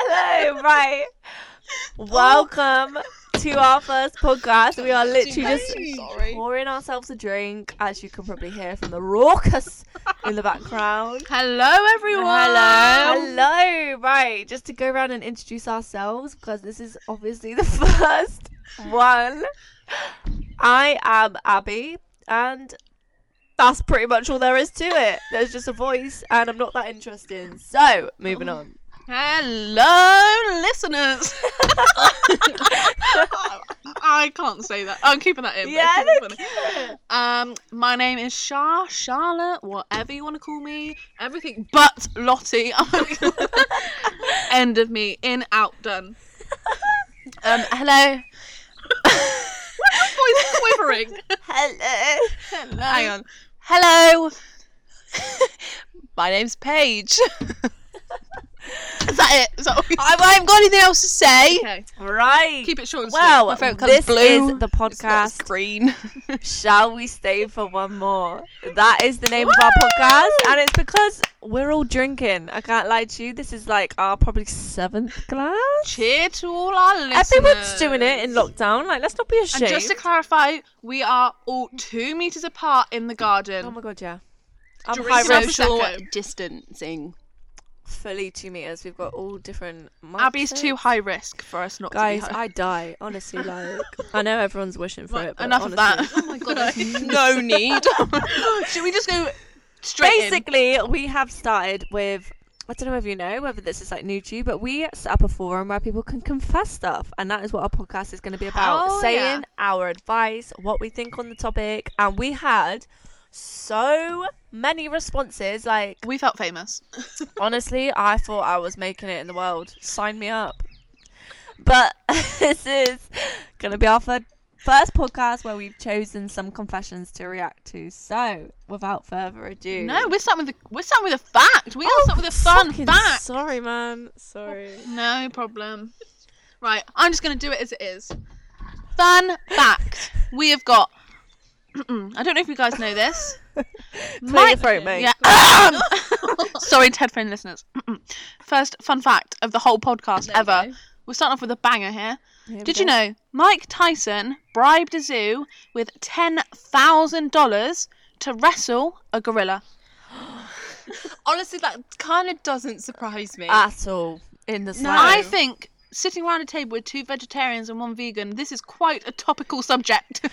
Hello, right. Welcome to our first podcast. We are literally just I'm sorry. pouring ourselves a drink, as you can probably hear from the raucous in the background. Hello, everyone. Hello. Hello, right. Just to go around and introduce ourselves because this is obviously the first one. I am Abby, and that's pretty much all there is to it. There's just a voice, and I'm not that interesting. So, moving on. Hello, listeners. I can't say that. I'm keeping that in. but Yeah, it's look funny. Um, my name is Shah, Charlotte, whatever you want to call me. Everything but Lottie. I'm gonna call- End of me. In, out, done. Um, hello. Voice quivering. Hello. Hang on. Hello. My name's Paige. Is that it? Is that what we- I, I haven't got anything else to say. okay. Right. Keep it short and sweet. well, phone colour's this blue. is the It's not podcast. green. Shall we stay for one more? That is the name of our Woo! podcast, and it's because we're all drinking. I can't lie to you. This is like our probably seventh glass. Cheer to all our listeners. Everyone's doing it in lockdown. Like, let's not be And ashamed. just to clarify, we are all two meters apart in the garden. oh my god, yeah. I'm Drink high some risk, Social Prosecco. distancing. fully two meters. We've got all different. mics Abby's set. too high risk for us not Guys, to be high. I die honestly. Like, I know everyone's wishing for it. But Enough honestly, of that. Oh my god. No need. Should we just go straight in? basically we have started with I don't know if you know whether this is like new to you, but we set up a forum where people can confess stuff, and that is what our podcast is going to be about: Hell saying yeah. our advice, what we think on the topic, and we had so many responses. Like We felt famous. honestly, I thought I was making it in the world. Sign me up. But this is going to be our fir- first podcast where we've chosen some confessions to react to. So, without further ado, No, we're starting with a, we're starting with a fact. We are starting with a fun Oh, Fucking fact. Sorry, man. Sorry. No problem. Right, I'm just going to do it as it is. Fun fact. We have got. I don't know if you guys know this. Clear your throat, mate. Yeah. Sorry, Ted Friend listeners. First fun fact of the whole podcast ever. We're starting off with a banger here. Here we Did go. you know Mike Tyson bribed a zoo with $10,000 to wrestle a gorilla? Honestly, that kind of doesn't surprise me. At all in the slightest. I think sitting around a table with two vegetarians and one vegan, this is quite a topical subject.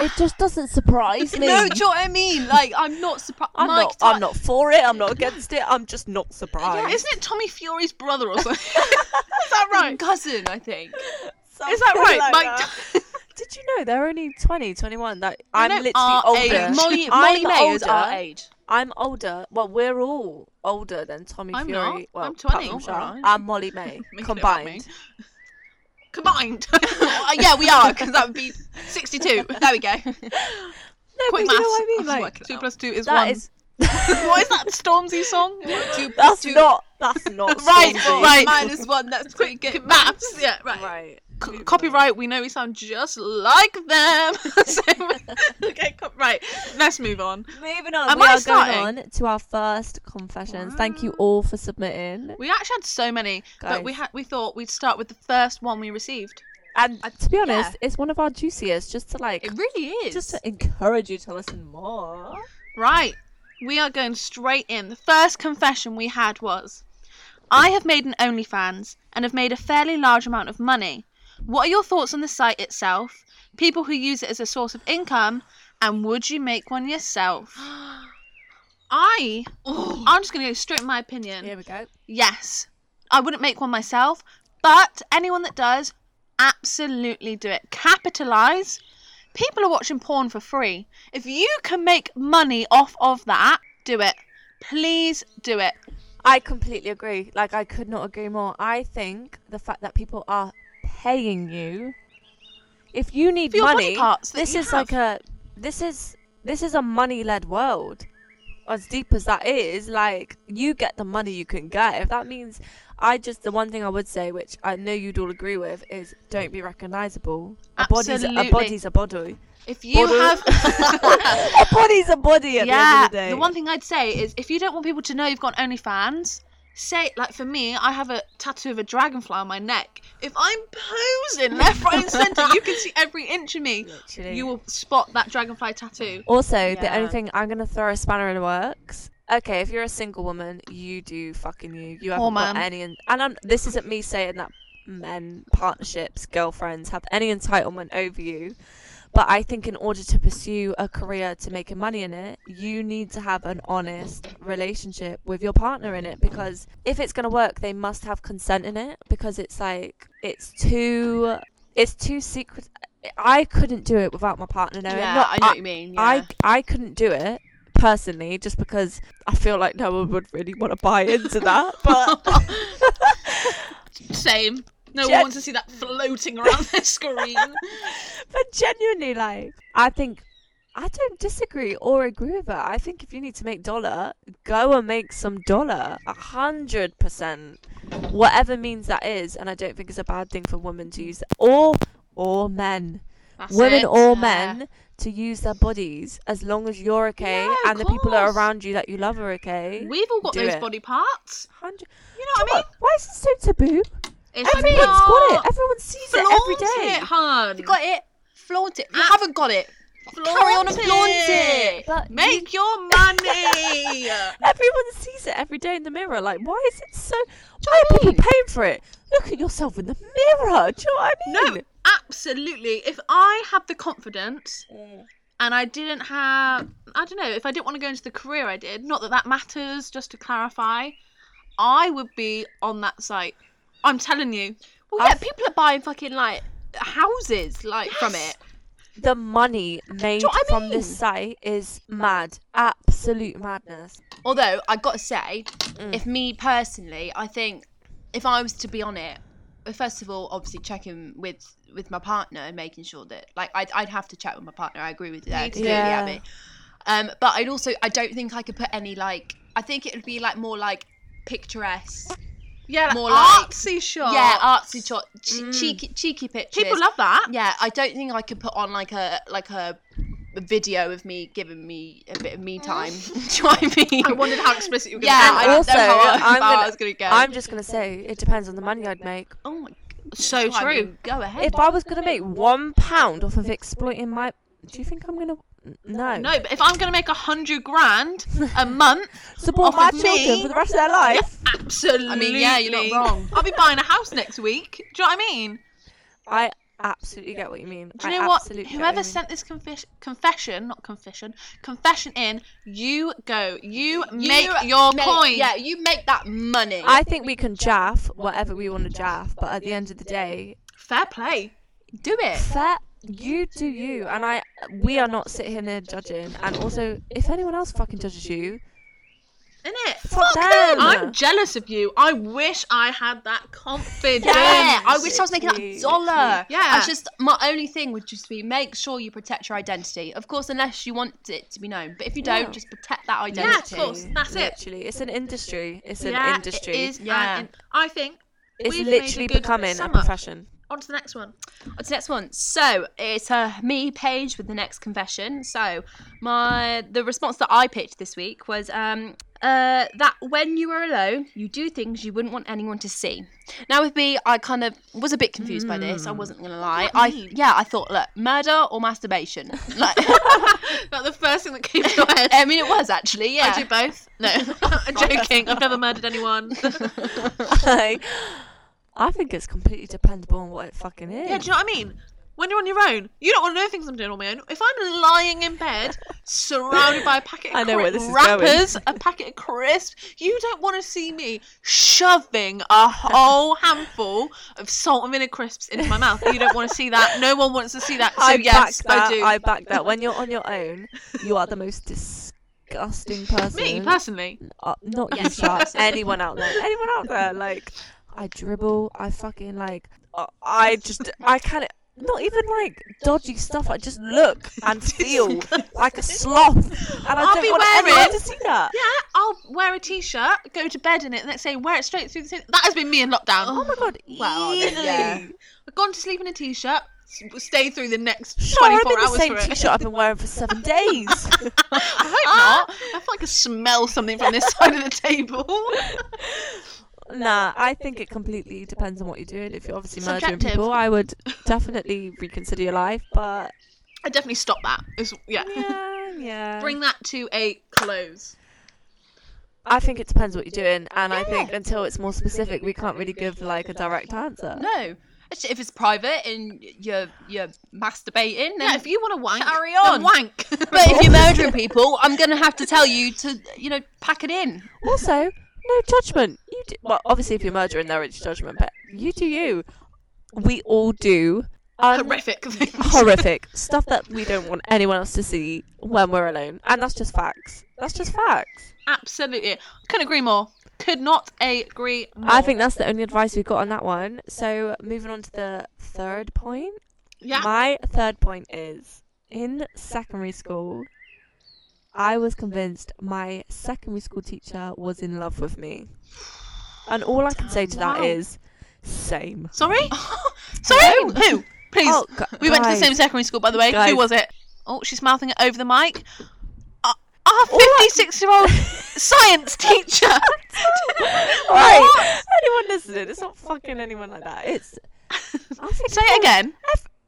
it just doesn't surprise me. no, do you know what I mean? Like, I'm not surprised. I'm not. I'm not for it. I'm not against it. I'm just not surprised. Isn't it Tommy Fury's brother or something? is that right? Cousin, I think. Something Is that right? like Mike that. Ty- Did you know they're only 20, 21? That I'm know literally our older. age. Molly, I'm Molly May is our older. age. I'm older. Well, we're all older than Tommy I'm Fury. not. Well, I'm apart 20, from all Sharon right. And Molly May Making it about combined. me. Combined. Uh, yeah, we are, because that would be 62. There we go. No, Quick but maths. you know what I mean. I'll Like work it two plus two is that one. is what is that Stormzy song? Two plus that's two- not that's not Right, Stormzy. right. Minus one, that's pretty good. Maps. Yeah, right. right. C- copyright. We know we sound just like them. So- okay, co- right. Let's move on. Moving on, Am we I are going starting? on to our first confessions. Thank you all for submitting. We actually had so many, but we Guys. had we thought we'd start with the first one we received. And to be honest, it's one of our juiciest, just to like, It really is. just to encourage you to listen more. Right. We are going straight in. The first confession we had was I have made an OnlyFans and have made a fairly large amount of money. What are your thoughts on the site itself, people who use it as a source of income, and would you make one yourself? I Oh. I'm just gonna go straight with my opinion. Here we go. Yes. I wouldn't make one myself, but anyone that does, absolutely do it. Capitalize. People are watching porn for free. If you can make money off of that, do it. Please do it. I completely agree. Like, I could not agree more. I think the fact that people are paying you, if you need For your body money, parts that this you is like a, this is this is a money-led world. As deep as that is, like you get the money you can get. If that means, I just the one thing I would say, which I know you'd all agree with, is don't be recognizable. A body's a Absolutely. body's a body. If you Body. have A body's a body at the end Yeah. of the day. The one thing I'd say is if you don't want people to know you've got OnlyFans, say like for me, I have a tattoo of a dragonfly on my neck. If I'm posing left, right, and centre, you can see every inch of me. Literally. You will spot that dragonfly tattoo. Also, the Yeah. only thing I'm gonna throw a spanner in the works. Okay, if you're a single woman, you do fucking you. You haven't Poor got man. any, and I'm, this isn't me saying that men, partnerships, girlfriends have any entitlement over you. But I think in order to pursue a career to making money in it, you need to have an honest relationship with your partner in it because if it's going to work, they must have consent in it because it's like it's too it's too secret. I couldn't do it without my partner knowing. yeah, Not- I know what you mean. Yeah. I I couldn't do it personally just because I feel like no one would really want to buy into that. But Same. No Jen- one wants to see that floating around their screen. but genuinely, like I think I don't disagree or agree with her. I think if you need to make dollar, go and make some dollar. A hundred percent, whatever means that is, and I don't think it's a bad thing for women to use or or men, That's women it. or yeah. men. To use their bodies as long as you're okay Yeah, of and the people that are course. around you that you love are okay. We've all got Do those it. body parts. 100 You know what I mean? Why is this so taboo? It's Everyone's not. got it. Everyone sees it every Flaunt day. it, hun. You got it. Flaunt it. You Ah. haven't got it. Carry on and flaunt it. But you- Make your money. Everyone sees it every day in the mirror. Like, why is it so? Why are people paying for it? Look at yourself in the mirror. Do you know what I no, mean? absolutely. If I had the confidence and I didn't have, I don't know, if I didn't want to go into the career I did, not that that matters, just to clarify, I would be on that site. I'm telling you. Well, yeah, I've- people are buying fucking like houses like from Yes. it. The money made you know what I from this mean? site is mad. Absolute madness. Although I gotta say, if me personally, I think if I was to be on it, well, first of all, obviously checking with with my partner and making sure that like I'd, I'd have to chat with my partner. I agree with you there, Me too. completely, Yeah. Abby. Um, but I'd also I don't think I could put any like I think it would be like more like picturesque, Yeah, like More like- artsy shots. yeah, artsy shot, che- Mm. cheeky cheeky pictures. People love that. Yeah, I don't think I could put on like a like a. a video of me giving me a bit of me time. Do you know what I mean? I wondered how explicit you were going Yeah, to Ah, I yeah, don't Also, know how, I'm how gonna- I was gonna go. I'm just gonna say it depends on the money I'd make. oh my So God, I true. mean, Go ahead. If I was gonna make one pound off of exploiting my, do you think I'm gonna? No. No, but if I'm going to make a hundred grand a month, Support off my of me- children for the rest of their life. absolutely. I mean, yeah, you're not wrong. I'll be buying a house next week. Do you know what I mean? I absolutely get what you mean. Do you I know what? absolutely get Whoever you mean. sent this confes- confession, not confession, confession in, you go. You, make your make- point. Yeah, you make that money. I think we can jaff whatever we want to jaff, but at the end of the day, Fair play. do it. fair, you do you, and I. We are not sitting here judging. And also, if anyone else fucking judges you, Isn't it? fuck them. I'm jealous of you. I wish I had that confidence. Yeah, I wish I was making Exactly, that dollar. exactly. Yeah. I just my only thing would just be make sure you protect your identity. Of course, unless you want it to be known. But if you don't, Yeah. just protect that Yeah, of identity. course. That's it. Literally, it's an industry. It's an yeah, industry. It is uh, Yeah. an- I think It's we've literally made a good becoming a sum up. profession. On to the next one. On to the next one. So it's uh, me page with the next confession. So my the response that I picked this week was um, uh, that when you are alone, you do things you wouldn't want anyone to see. Now with me, I kind of was a bit confused by this. Hmm. I wasn't gonna lie. I yeah, I thought look, murder or masturbation. Like, Like the first thing that came to my head. I mean, it was actually yeah. I do both. No, I'm joking. I've never murdered anyone. Like, I think it's completely dependable on what it fucking is. Yeah, do you know what I mean? When you're on your own, you don't want to know things I'm doing on my own. If I'm lying in bed, surrounded by a packet of I know cri- where this is wrappers, a packet of crisps, you don't want to see me shoving a whole handful of salt and vinegar crisps into my mouth. You don't want to see that. No one wants to see that. So I yes, back that. I do. back that. When you're on your own, you are the most disgusting person. Me personally, uh, not you, Yes, you Sharks. person. anyone out there. Anyone out there. Like, I dribble. I fucking like. uh, I just. I can't. Not even like dodgy stuff. I just look and feel like a sloth, and I I'll don't be want wearing- anyone to see that. yeah, I'll wear a t-shirt, go to bed in it, and next day wear it straight through the. That has been me in lockdown. Oh my god! Well, easily. yeah. I've gone to sleep in a t-shirt, s- stay through the next Sure, I've 24 been hours the same for it. t-shirt I've been wearing for seven days. I hope not. I feel like I smell something from this side of the table. Nah, I think it completely depends on what you're doing. If you're obviously murdering Subjective. people, I would definitely reconsider your life. But I definitely stop that. It's- yeah. yeah, yeah. Bring that to a close. I think it depends what you're doing, and I think until it's more specific, we can't really give like a direct answer. No. Actually, If it's private and you're you're masturbating, then Yeah, if you want to wank, Carry then on. wank. But if you're murdering people, I'm gonna have to tell you to, you know, pack it in. Also, no judgment. You do, well, obviously, if you're murdering, there is judgment, but you do you. We all do un- horrific things. horrific stuff that we don't want anyone else to see when we're alone, and that's just facts. That's just facts. Absolutely. Couldn't agree more. Could not agree more. I think that's the only advice we got on that one. So, moving on to the third point. Yeah. My third point is in secondary school, I was convinced my secondary school teacher was in love with me. And all I can say to that Wow. is, same. Sorry? Sorry? Who? Please. Oh, gu- we went to the guys. same secondary school, by the way. Guys. Who was it? Oh, she's mouthing it over the mic. Uh, Our- Our 56 year old science teacher. Right. Anyone listening, it's not fucking anyone like that. It's. I think Say it again.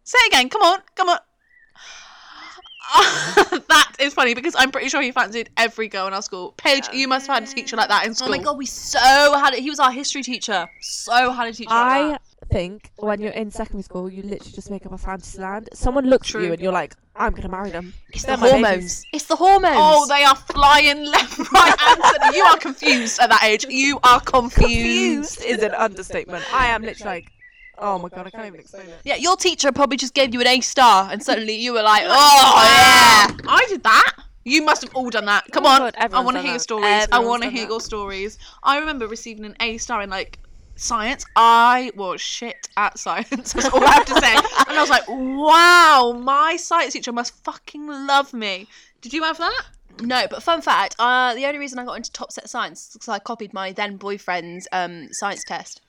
Say it again. Come on. Come on. that is funny because I'm pretty sure he fancied every girl in our school. Paige, you must have had a teacher like that in school. Oh my god, we so had it. He was our history teacher. So had a teacher. like I that. think when you're in secondary school, you literally just make up a fantasy land. Someone looks at True. you and you're like, I'm going to marry them. it's they're the my babies. hormones. It's the hormones. Oh, they are flying left, right, and centre. You are confused at that age. You are confused. Confused is an understatement. I am literally like, oh my god, I can't even explain it. yeah, your teacher probably just gave you an A star, and suddenly you were like, oh yeah. I did that. You must have all done that. Come Oh my on. God, I everyone's want to done hear your that. stories. I Everyone's want to done hear that. your stories. I remember receiving an A star in like science. I was shit at science. That's all I have to say. and I was like, wow, my science teacher must fucking love me. Did you have that? No, but fun fact. Uh, the only reason I got into top set science is because I copied my then boyfriend's um science test.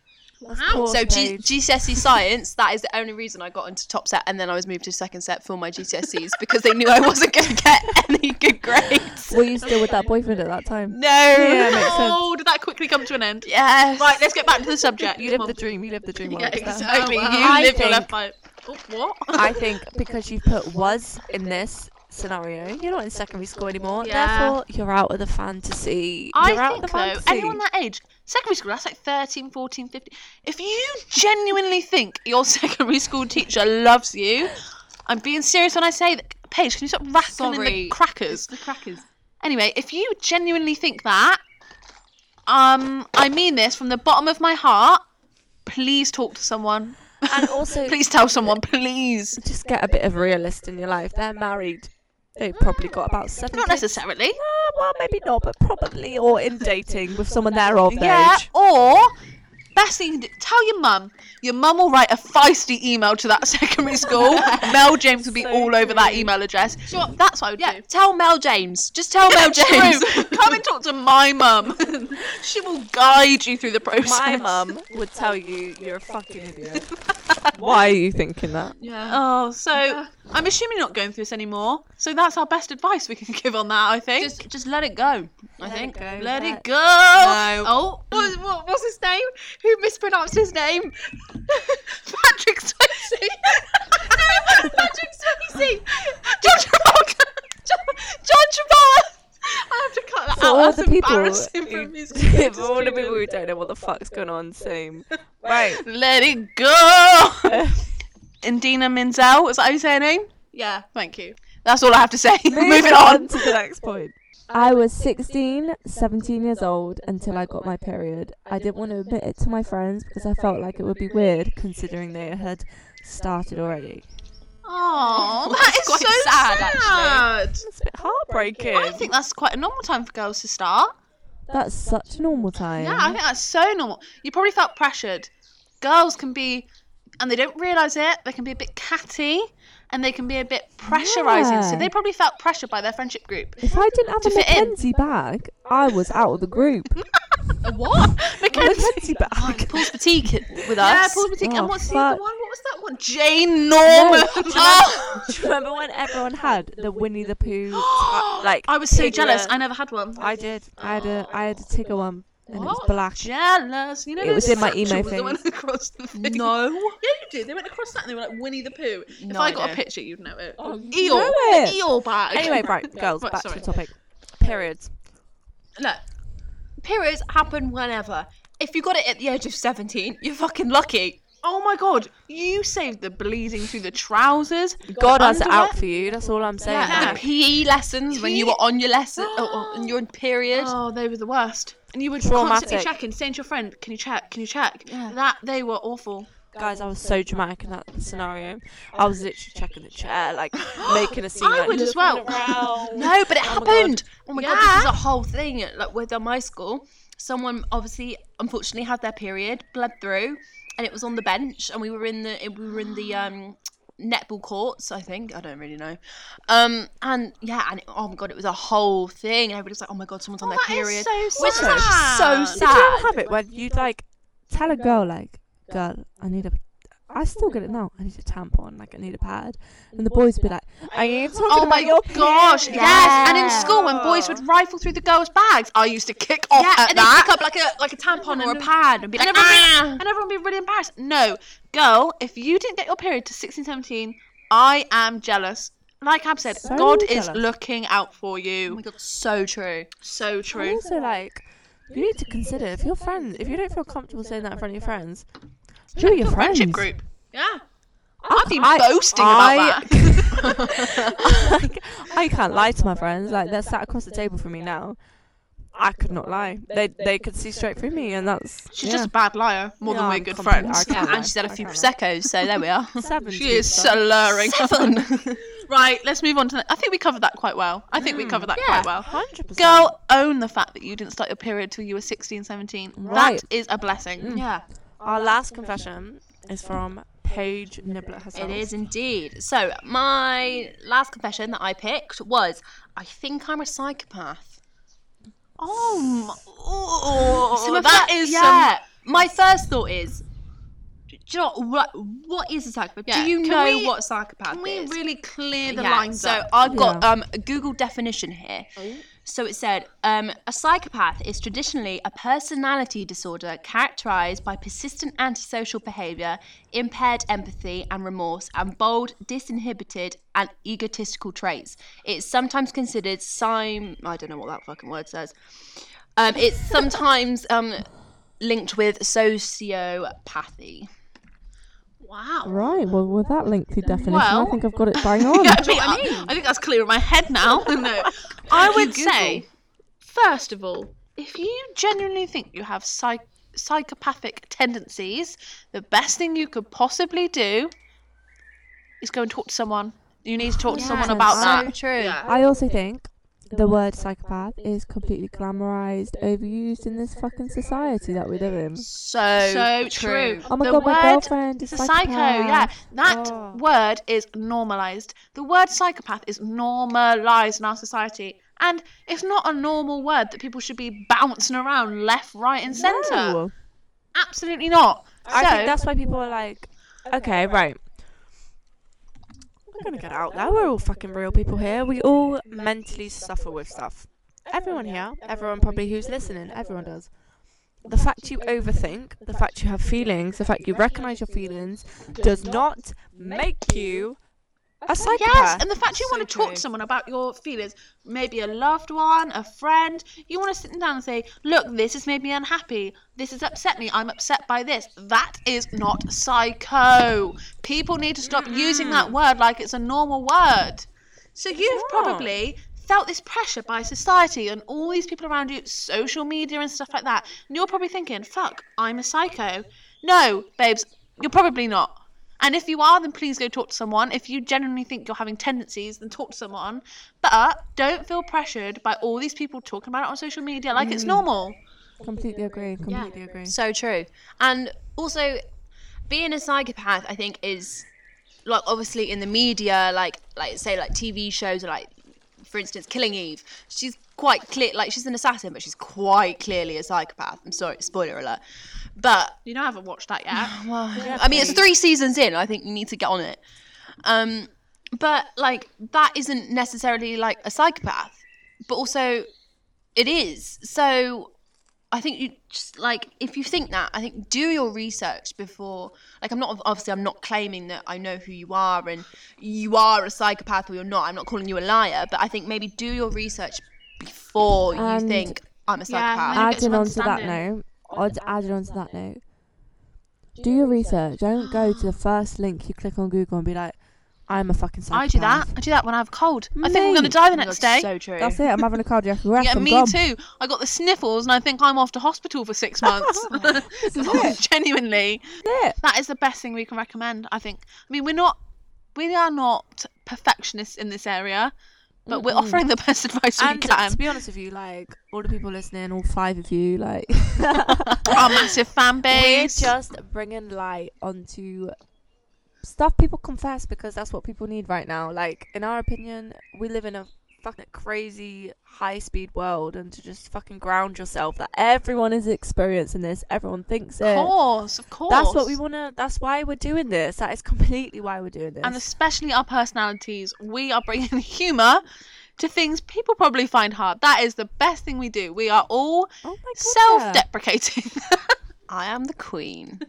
So G- GCSE science, that is the only reason I got into top set, and then I was moved to second set for my GCSEs because they knew I wasn't going to get any good grades. Were you still with that boyfriend at that time? No. Yeah, makes sense. oh, did that quickly come to an end? Yes. Right, let's get back to the subject. You Come live on. the dream. You live the dream. Yeah, while it's there. exactly. Oh, wow. You I live your think- left by. Oh, what? I think because you put was in this scenario, you're not in secondary school anymore. Yeah. Therefore, you're out of the fantasy. I you're out think of the though, fantasy. anyone that age, secondary school, that's like 13, 14, 15. If you genuinely think your secondary school teacher loves you, I'm being serious when I say that. Paige, can you stop rattling the Sorry. crackers? the crackers. Anyway, if you genuinely think that, um, I mean this from the bottom of my heart. Please talk to someone. and also, Please tell someone. Please. just get a bit of realist in your life. They're married. They've probably got about seven. Not kids. necessarily. Ah, well, maybe not, but probably, or in dating with someone their of Yeah, age. or best thing you can do, tell your mum. Your mum will write a feisty email to that secondary school. Mel James will be So all over that true. email address. Sure, that's what I would Yeah, do. tell Mel James. Just tell Mel James. True. Come and talk to my mum. she will guide you through the process. My mum would tell you you're a fucking idiot. Why are you thinking that? Yeah. Oh, so I'm assuming you're not going through this anymore. So that's our best advice we can give on that. I think. Just, just let it go. I think. Let it go. No. Oh, What, what, what's his name? Who mispronounced his name? Patrick Swayze. no, Patrick Swayze. John Travolta. John, John Travolta. I have to cut that For out. all That's the people, embarrassing for a who- music For industry. all the people who don't know what the fuck's going on, same. Right. Let it go. Indina Menzel. Is that how you say her name? Yeah. Thank you. That's all I have to say. Moving on on. to the next point. I was 16, 17 years old until I got my period. I didn't want to admit it to my friends because I felt like it would be weird considering they had started already. Oh, that is quite so sad. sad, actually. It's a bit heartbreaking. I think that's quite a normal time for girls to start. That's such a normal time. Yeah, I think that's so normal. You probably felt pressured. Girls can be, and they don't realise it, they can be a bit catty and they can be a bit pressurising. So Yeah. they probably felt pressured by their friendship group. If I didn't have To a fit in. Mackenzie bag, I was out of the group. A what? Mackenzie. Mackenzie bag. Paul's boutique with us. Yeah, Paul's Boutique. Oh, and what's the other fuck. one? What was that want Jane Norman. Oh, Do you remember when everyone had the Winnie the Pooh? ti- like I was so piglet? jealous. I never had one. I did. I had a I had a Tigger one, and it was What? black. Jealous. You know It those was in my emo satchels that phase. went across the thing? Yeah, No. you did. They went across that and they were like Winnie the Pooh. if No, I I got a don't. picture, you'd know it. Oh, Eeyore. you know it. Eeyore bag. Anyway, right, girls, Right, back sorry. to the topic. Periods. Look, periods happen whenever. If you got it at the age of 17, you're fucking lucky. Oh my god, you saved the bleeding through the trousers. God has it underwear. out for you. That's all I'm saying. Yeah. E like. The PE lessons when you were on your lesson, oh, on your period. Oh, they were the worst. And you were constantly Traumatic. checking, saying to your friend, "Can you check? Can you check?" That they were awful. Guys, I was so dramatic in that scenario. I was literally checking the chair, like making a scene. I like, would as looking well. around. No, but it Oh my God. happened. oh my god, this is Yeah. a whole thing. Like with uh, my school, someone obviously, unfortunately, had their period, bled through, and it was on the bench, and we were in the we were in the um netball courts. I think I don't really know. Um, and yeah, and it, oh my god, it was a whole thing. Everybody's like, oh my god, someone's on that their is period, so which sad. is so Did Did you ever sad. have it when you'd like tell a girl like, girl, I need a. I still get it now. I need a tampon. Like I need a pad, and the boys would be like, "Are you talking Oh about my your gosh! period?" Yes, and in Yeah. school when boys would rifle through the girls' bags, I used to kick off Yeah, at and that. they pick up like a like a tampon or a pad and be like, and, everyone ah. be, and everyone be really embarrassed. No, girl, if you didn't get your period to 16, 17, I am jealous. Like Ab said, So God is jealous. looking out for Oh you. my god, so true. So And true. Also, like, you need to consider if your friends, if you don't feel comfortable saying that in front of your friends, do it with your friends. Friendship group. Yeah. I'd be boasting about that. I can't lie to my friends. Like they're sat across the table from me now. I could not lie. They they could see straight through me, and that's She's yeah. just a bad liar more than Yeah, we're I'm good completely- friends. I Yeah, can't and she's had a lie, few I can't prosecco's, so there we are. seven. She is slurring. Seven. right, let's move on to the- I think we covered that quite well. I think we covered that Yeah. quite well. hundred percent. Girl, own the fact that you didn't start your period till you were 16, 17. Right. That is a blessing. yeah. Our last confession is from Paige Nibbler herself. It is indeed. So, my last confession that I picked was I think I'm a psychopath. Oh, my- oh, So if that is some yeah. My first thought is do you know what, what is a psychopath? Yeah, Do you can know we- what a psychopath Can we is? really clear the Yeah, lines so up? I've got Yeah. um, a Google definition here. Oh. So it said um, a psychopath is traditionally a personality disorder characterized by persistent antisocial behavior, impaired empathy and remorse, and bold, disinhibited, and egotistical traits. It's sometimes considered sim. I don't know what that fucking word says. Um, it's sometimes um, linked with sociopathy. wow. Right, well, with that lengthy definition, Well- I think I've got it bang on. Do you know what I, mean? I think that's clear in my head now. no. I would say, first of all, if you genuinely think you have psych- psychopathic tendencies, the best thing you could possibly do is go and talk to someone. You need to talk to someone Yes. about So that. true. Yeah. I also think the word psychopath is completely glamorized, overused in this fucking society that we live in. So, So true. Oh my The god, my word- girlfriend is It's a psycho, yeah. That Oh. word is normalized. The word psychopath is normalized in our society. And it's not a normal word that people should be bouncing around left, right, and centre. No. Absolutely not. I so, think that's why people are like, okay, right. We're gonna get out there. We're all fucking real people here. We all mentally suffer with stuff. Everyone here, everyone probably who's listening, everyone does. The fact you overthink, the fact you have feelings, the fact you recognize your feelings, does not make you a psychopath. Yes, and the fact you So want to talk true. to someone about your feelings, maybe a loved one, a friend, you want to sit them down and say, Look, this has made me unhappy. This has upset me. I'm upset by this. That is not psycho. People need to stop using that word like it's a normal word. So you've not. probably felt this pressure by society and all these people around you, social media and stuff like that. And you're probably thinking, fuck, I'm a psycho. No, babes, you're probably not. And if you are, then please go talk to someone. If you genuinely think you're having tendencies, then talk to someone. But don't feel pressured by all these people talking about it on social media like Mm. it's normal. completely agree. Completely agree. So true. And also, being a psychopath, I think, is like obviously in the media, like like say like TV shows, or like for instance, Killing Eve. She's quite clear, like she's an assassin, but she's quite clearly a psychopath. I'm sorry, spoiler alert. But You know, I haven't watched that yet. well, Oh, I mean, it's three seasons in. I think you need to get on it. Um, but like that isn't necessarily like a psychopath, but also it is. So I think you just like if you think that, I think do your research before. Like I'm not obviously I'm not claiming that I know who you are and you are a psychopath or you're not. I'm not calling you a liar, but I think maybe do your research before you And- think I'm a psychopath. I think it's adding on to that understanding. note, I'd added on to that note, do your research. Don't go to the first link you click on Google and be like, I'm a fucking psychopath. I do that. I do that when I have a cold. I think I'm going to Mate. die the Oh my God, next day. So true. That's it. I'm having a cardiac arrest. yeah, I'm me gone. too. I got the sniffles and I think I'm off to hospital for six months. Genuinely. That's it. That is the best thing we can recommend, I think. I mean, we're not, we are not perfectionists in this area, but we're offering the best advice we And can. to be honest with you, like all the people listening, all five of you, like Our massive fan we're base. just bringing light onto stuff people confess because that's what people need right now. Like in our opinion, we live in a fucking crazy high speed world, and to just fucking ground yourself that everyone is experiencing this, everyone thinks it. Of course, of course. That's what we want to. That's why we're doing this. That is completely why we're doing this. And especially our personalities, we are bringing humour to things people probably find hard. That is the best thing we do. We are all oh my God, yeah. self-deprecating. I am the queen.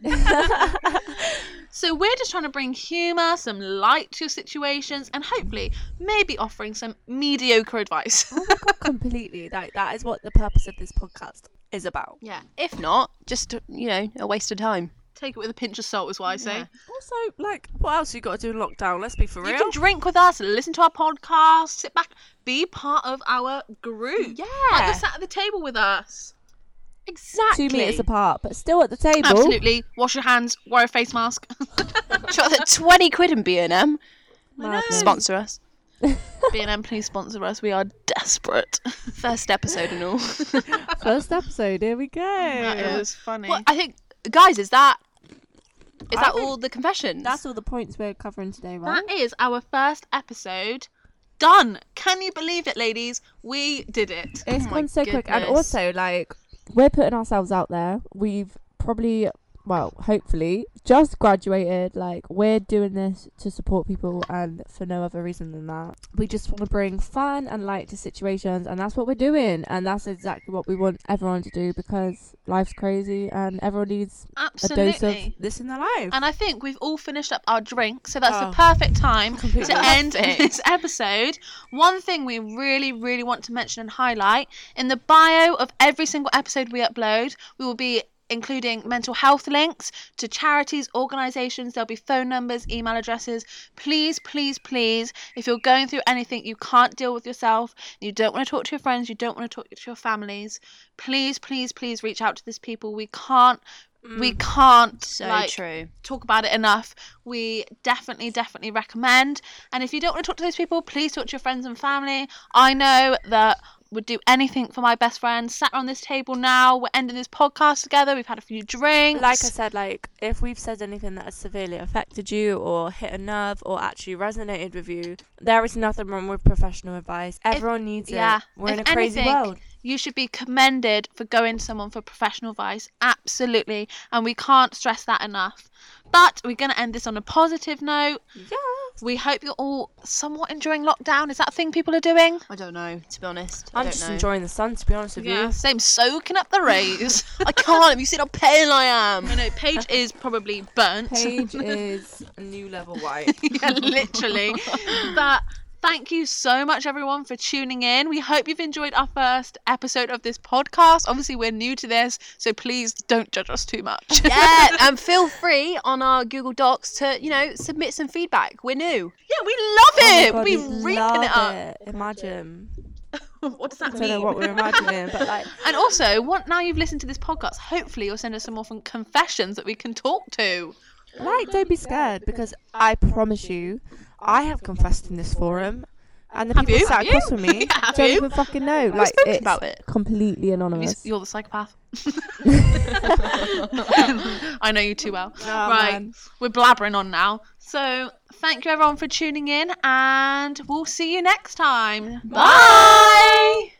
so we're just trying to bring humour, some light to situations, and hopefully maybe offering some mediocre advice. Oh completely. Like that is what the purpose of this podcast is about. yeah. If not, just you know, a waste of time. Take it with a pinch of salt is what I say. Also, like, what else you got to do in lockdown? Let's be for You real. can drink with us, listen to our podcast, sit back, be part of our group. Yeah. Like you're sat at the table with us. Exactly. Two meters apart, but still at the table. Absolutely. Wash your hands, wear a face mask. Shot the twenty quid in B and M. Madness. Sponsor us. B&M, please sponsor us. We are desperate. First episode and all. First episode. Here we go. That is funny. well, I think, guys, is that is I that think all the confessions? That's all the points we're covering today, right? That is our first episode done. Can you believe it, ladies? We did it. It's Oh my gone so quick, and goodness. also like we're putting ourselves out there. We've probably, well, hopefully, just graduated. Like we're doing this to support people, and for no other reason than that, we just want to bring fun and light to situations, and that's what we're doing, and that's exactly what we want everyone to do because life's crazy, and everyone needs a dose of Absolutely. this in their life. And I think we've all finished up our drink, so that's Oh. the perfect time Completely. to end Perfect. this episode. One thing we really, really want to mention and highlight in the bio of every single episode we upload, we will be including mental health links to charities, organizations, there'll be phone numbers, email addresses. Please, please, please, if you're going through anything you can't deal with yourself, you don't want to talk to your friends, you don't want to talk to your families, please, please, please reach out to these people. We can't we Mm. can't so like, true. talk about it enough. We definitely, definitely recommend. And if you don't want to talk to those people, please talk to your friends and family. I know that would do anything for my best friend. Sat on this table now. We're ending this podcast together. We've had a few drinks. like I said, like if we've said anything that has severely affected you or hit a nerve or actually resonated with you, there is nothing wrong with professional advice. Everyone needs yeah, it. We're in a if crazy anything, world. You should be commended for going to someone for professional advice. Absolutely. And we can't stress that enough. But we're going to end this on a positive note. Yeah. We hope you're all somewhat enjoying lockdown. Is that a thing people are doing? I don't know, to be honest. I I'm don't just know. enjoying the sun, to be honest with you. Same soaking up the rays. I can't. Have you seen how pale I am? I know Paige is probably burnt. Paige is new level white. yeah, literally. But thank you so much, everyone, for tuning in. We hope you've enjoyed our first episode of this podcast. Obviously, we're new to this, so please don't judge us too much. yeah, and feel free on our Google Docs to you know submit some feedback. We're new. yeah, we love it. Oh God, we we reaping love it up. it. Imagine. What does that I don't know mean? what we're imagining, but like And also, what, now you've listened to this podcast, hopefully you'll send us some more from confessions that we can talk to. Like, don't be scared because I promise you, I have confessed in this forum, and the Have people you? sat Have across from me Yeah, have don't you? even fucking know. Like, spoken it's about it. completely anonymous. You're the psychopath. I know you too well. Oh, right, man. we're blabbering on now. So thank you everyone for tuning in, and we'll see you next time. Bye.